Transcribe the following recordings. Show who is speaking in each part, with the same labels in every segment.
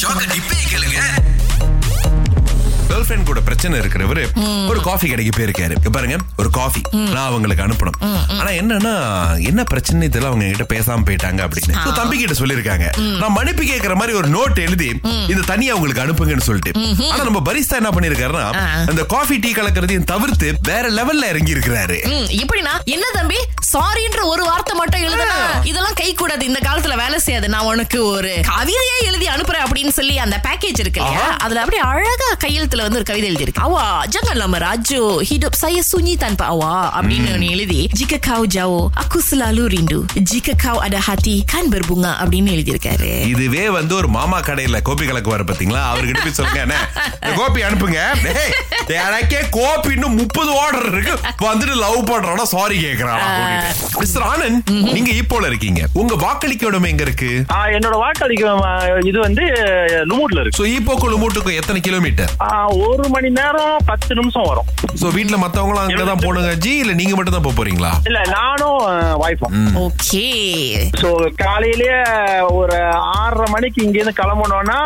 Speaker 1: ஷாக்க டிப்பே கேளுங்க
Speaker 2: கேர்ள் கூட பிரச்சனை இருக்கிறவரு ஒரு காஃபி கடைக்கு போயிருக்காரு இங்க பாருங்க ஒரு காஃபி நான் அவங்களுக்கு அனுப்பணும் ஆனா என்னன்னா என்ன பிரச்சனை இதெல்லாம் அவங்க கிட்ட பேசாம போயிட்டாங்க அப்படின்னு So, தம்பி கிட்ட சொல்லிருக்காங்க நான் மன்னிப்பு கேக்குற மாதிரி ஒரு நோட் எழுதி இது தனியா அவங்களுக்கு அனுப்புங்கன்னு சொல்லிட்டு ஆனா நம்ம பரிஸ்தா என்ன பண்ணிருக்காருன்னா
Speaker 3: ஆ.
Speaker 2: அந்த காஃபி டீ கலக்கறதையும் தவிர்த்து வேற லெவல்ல இறங்கி இருக்கிறாரு
Speaker 3: ம், எப்படின்னா என்ன தம்பி சாரின்ற ஒரு வார்த்தை மட்டும் எழுதுனா இதெல்லாம் கை கூடாது இந்த காலத்துல வேலை செய்யாது நான் உனக்கு ஒரு கவிதையே எழுதி அனுப்புறேன் அப்படின்னு சொல்லி அந்த பேக்கேஜ் இருக்கு இல்லையா அதுல அப்படியே அழகா கையெழுத்துல வந்து ஒரு கவிதை எழுதியிருக்கு அவா ஜங்க நம்ம ராஜோ ஹிடப் சைய சுனி தன் பாவா அப்படின்னு ஒண்ணு எழுதி ஜிக காவ் ஜாவோ அக்குசுலாலு ரிண்டு ஜிக காவ் அட ஹாத்தி கான் பெர்புங்கா அப்படின்னு எழுதியிருக்காரு
Speaker 2: இதுவே வந்து ஒரு மாமா கடையில கோபி கலக்குவாரு பாத்தீங்களா அவர்கிட்ட போய் சொல்லுங்க என்ன இந்த கோபி அனுப்புங்க டேய், எனக்கே கோபி இன்னும் முப்பது ஆர்டர் இருக்கு வந்துட்டு லவ் பண்றானா சாரி கேக்குறான் மிஸ்டர் ஆனந்த் நீங்க இப்போல இருக்கீங்க உங்க வாக்களிக்க உடம்பு எங்க இருக்கு
Speaker 4: ஆ, என்னோட வாக்களிக்கு ஆ, இது வந்து லுமூட்ல இருக்கு
Speaker 2: சோ ஈப்போக்கு லுமூட்டுக்கும் எத்தனை கிலோமீட்டர்
Speaker 4: ஆ, ஒரு மணி நேரம் பத்து நிமிஷம் வரும்
Speaker 2: சோ வீட்ல மத்தவங்களும் அங்கதான் போடுங்க ஜி இல்ல நீங்க மட்டும் தான் போப் போறீங்களா
Speaker 4: இல்ல நானும் வாய்ப்பும்
Speaker 3: ஓகே
Speaker 4: சோ காலையிலேயே ஒரு ஆறரை மணிக்கு இங்க இருந்து கிளம்பணும்னா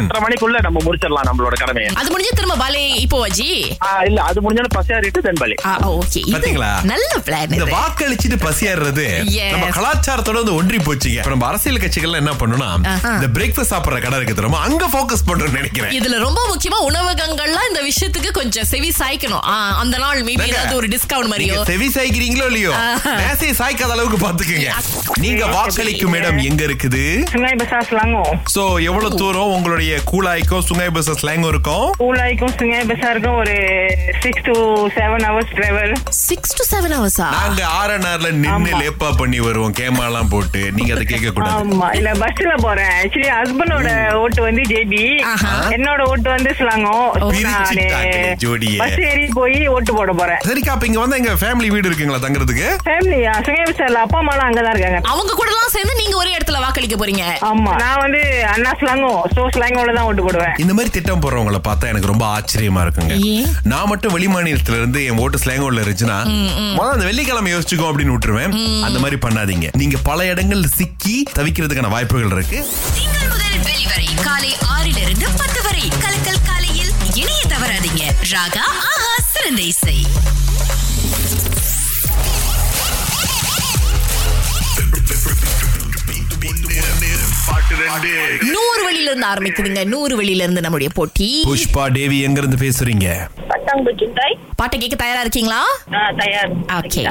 Speaker 4: எட்டரை மணிக்குள்ள நம்ம முடிச்சிடலாம் நம்மளோட கடமையை
Speaker 3: அது முடிஞ்சு திரும்ப வலை இப்போ வாஜி
Speaker 4: ஆ, இல்ல அது முடிஞ்சாலும் பசியாறிட்டு தென்பலி
Speaker 3: ஓகே
Speaker 2: பாத்தீங்களா?
Speaker 3: நல்ல பிளான்
Speaker 2: இந்த வாக்களிச்சுட்டு பசியாடுறது
Speaker 3: Yes.
Speaker 2: நம்ம கலாச்சாரத்தோட வந்து ஒன்றி போச்சுங்க இப்ப நம்ம அரசியல் கட்சிகள்லாம் என்ன பண்ணுனா
Speaker 3: ஆஹா.
Speaker 2: இந்த பிரேக்ஃபாஸ்ட் சாப்பிடுற கடை இருக்கு தெரியுமா அங்க ஃபோக்கஸ் பண்றோம்னு நினைக்கிறேன்
Speaker 3: இதுல ரொம்ப முக்கியமா உணவகங்கள்லாம் இந்த விஷயத்துக்கு கொஞ்சம் செவி சாய்க்கணும் ஆ, அந்த நாள் மேபி
Speaker 2: ஏங்க,
Speaker 3: ஏதாவது ஒரு டிஸ்கவுண்ட் மாதிரியோ
Speaker 2: நீங்க செவி சாய்க்கிறீங்களோ இல்லையோ மேசையை சாய்க்காத அளவுக்கு பாத்துக்கங்க நீங்க வாக்களிக்கும் இடம் எங்க இருக்குது
Speaker 5: Sungai Besar Selangor.
Speaker 2: சோ எவ்வளவு தூரம் உங்களுடைய கூலாய்க்கும் சுங்காய் பஸ் ஸ்லாங்கும் இருக்கும்
Speaker 5: Pulai ikut Sungai Besar ke ஒரு 6 to 7 hours travel.
Speaker 3: Six to செவன் ஹவர்ஸா
Speaker 2: நாங்க ஆர் ஆர்ல நின்னு
Speaker 5: ஆமா.
Speaker 2: லேப்பா பண்ணி வருவோம் கேமரா எல்லாம் போட்டு நீங்க அதை கேட்க கூடாது
Speaker 5: ஆமா இல்ல பஸ்ல போறேன் ஆக்சுவலி ஹஸ்பண்டோட ஓட்டு வந்து ஜேபி
Speaker 3: ஆஹா.
Speaker 5: என்னோட ஓட்டு வந்து சிலாங்கம்
Speaker 2: பிரிச்சுட்டாங்களே ஜோடியை.
Speaker 5: பஸ் ஏறி போய் ஓட்டு போட போறேன்
Speaker 2: சரிக்கா அப்ப இங்க வந்து எங்க ஃபேமிலி வீடு இருக்குங்களா தங்குறதுக்கு
Speaker 5: ஃபேமிலியா சுங்கை விசாரில அப்பா அம்மா எல்லாம் அங்கதான் இருக்காங்க
Speaker 3: அவங்க கூட எல்லாம் சேர்ந்து நீங்க ஒரே இடத்துல வாக்களிக்க போறீங்க
Speaker 5: ஆமா நான் வந்து அண்ணா சிலாங்கம் சோ சிலாங்கோட தான் ஓட்டு போடுவேன்
Speaker 2: இந்த மாதிரி திட்டம் போடுறவங்கள பார்த்தா எனக்கு ரொம்ப ஆச்சரியமா இருக்குங்க
Speaker 3: ஏன்?
Speaker 2: நான் மட்டும் வெளி மாநிலத்துல இருந்து என் ஓட்டு ஸ்லாங்கோல இருந்துச்சுன்னா முதல்ல அந்த வெள்ளிக்கிழமை யோசிச்சுக்கோ அப்படின்னு விட்டுருவேன் அந்த மாதிரி பண்ணாதீங்க நீங்க பல இடங்கள்ல சிக்கி தவிக்கிறதுக்கான வாய்ப்புகள் இருக்கு
Speaker 6: திங்கள் முதல் வெளிவரை காலை ஆறிலிருந்து பத்து வரை கலக்கல் காலையில் இணைய தவறாதீங்க ராகா ஆஹா சிறந்த இசை
Speaker 3: நூறு வழியில இருந்து ஆரம்பிக்குதுங்க நூறு வழியில இருந்து நம்முடைய போட்டி
Speaker 2: புஷ்பா தேவி எங்க இருந்து பேசுறீங்க
Speaker 7: Patang berjuntai
Speaker 3: பாட்டை கேட்க தயாரா இருக்கீங்களா
Speaker 7: ah, Tayar
Speaker 3: ஓகே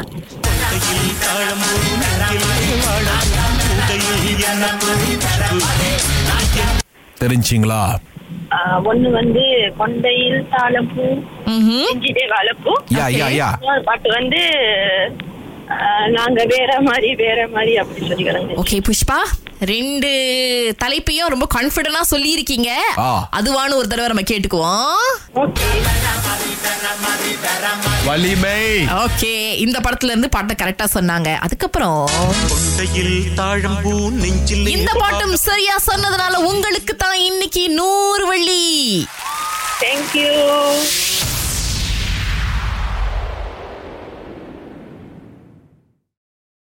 Speaker 2: தெரிஞ்சிங்களா
Speaker 7: ah, ஒண்ணு வந்து கொண்டையில் தாளம்பூ செஞ்சிட்டே வாழப்பூ
Speaker 2: யா யா யா
Speaker 7: இன்னொரு பாட்டு வந்து ah, நாங்க வேற மாதிரி வேற மாதிரி அப்படி சொல்லி கிடந்தேன்
Speaker 3: ஓகே புஷ்பா ரெண்டு தலைப்பையும் ரொம்ப கான்பிடண்டா சொல்லி இருக்கீங்க
Speaker 2: ஆ.
Speaker 3: அதுவான்னு ஒரு தடவை நம்ம கேட்டுக்குவோம்
Speaker 2: வலிமை
Speaker 3: ஓகே இந்த படத்துல இருந்து பாட்டை கரெக்டா சொன்னாங்க அதுக்கப்புறம்
Speaker 8: கொண்டையில் தாழம்பூ நெஞ்சில்
Speaker 3: இந்த பாட்டும் சரியா சொன்னதுனால உங்களுக்கு தான் இன்னைக்கு நூறு வெள்ளி
Speaker 7: தேங்க்யூ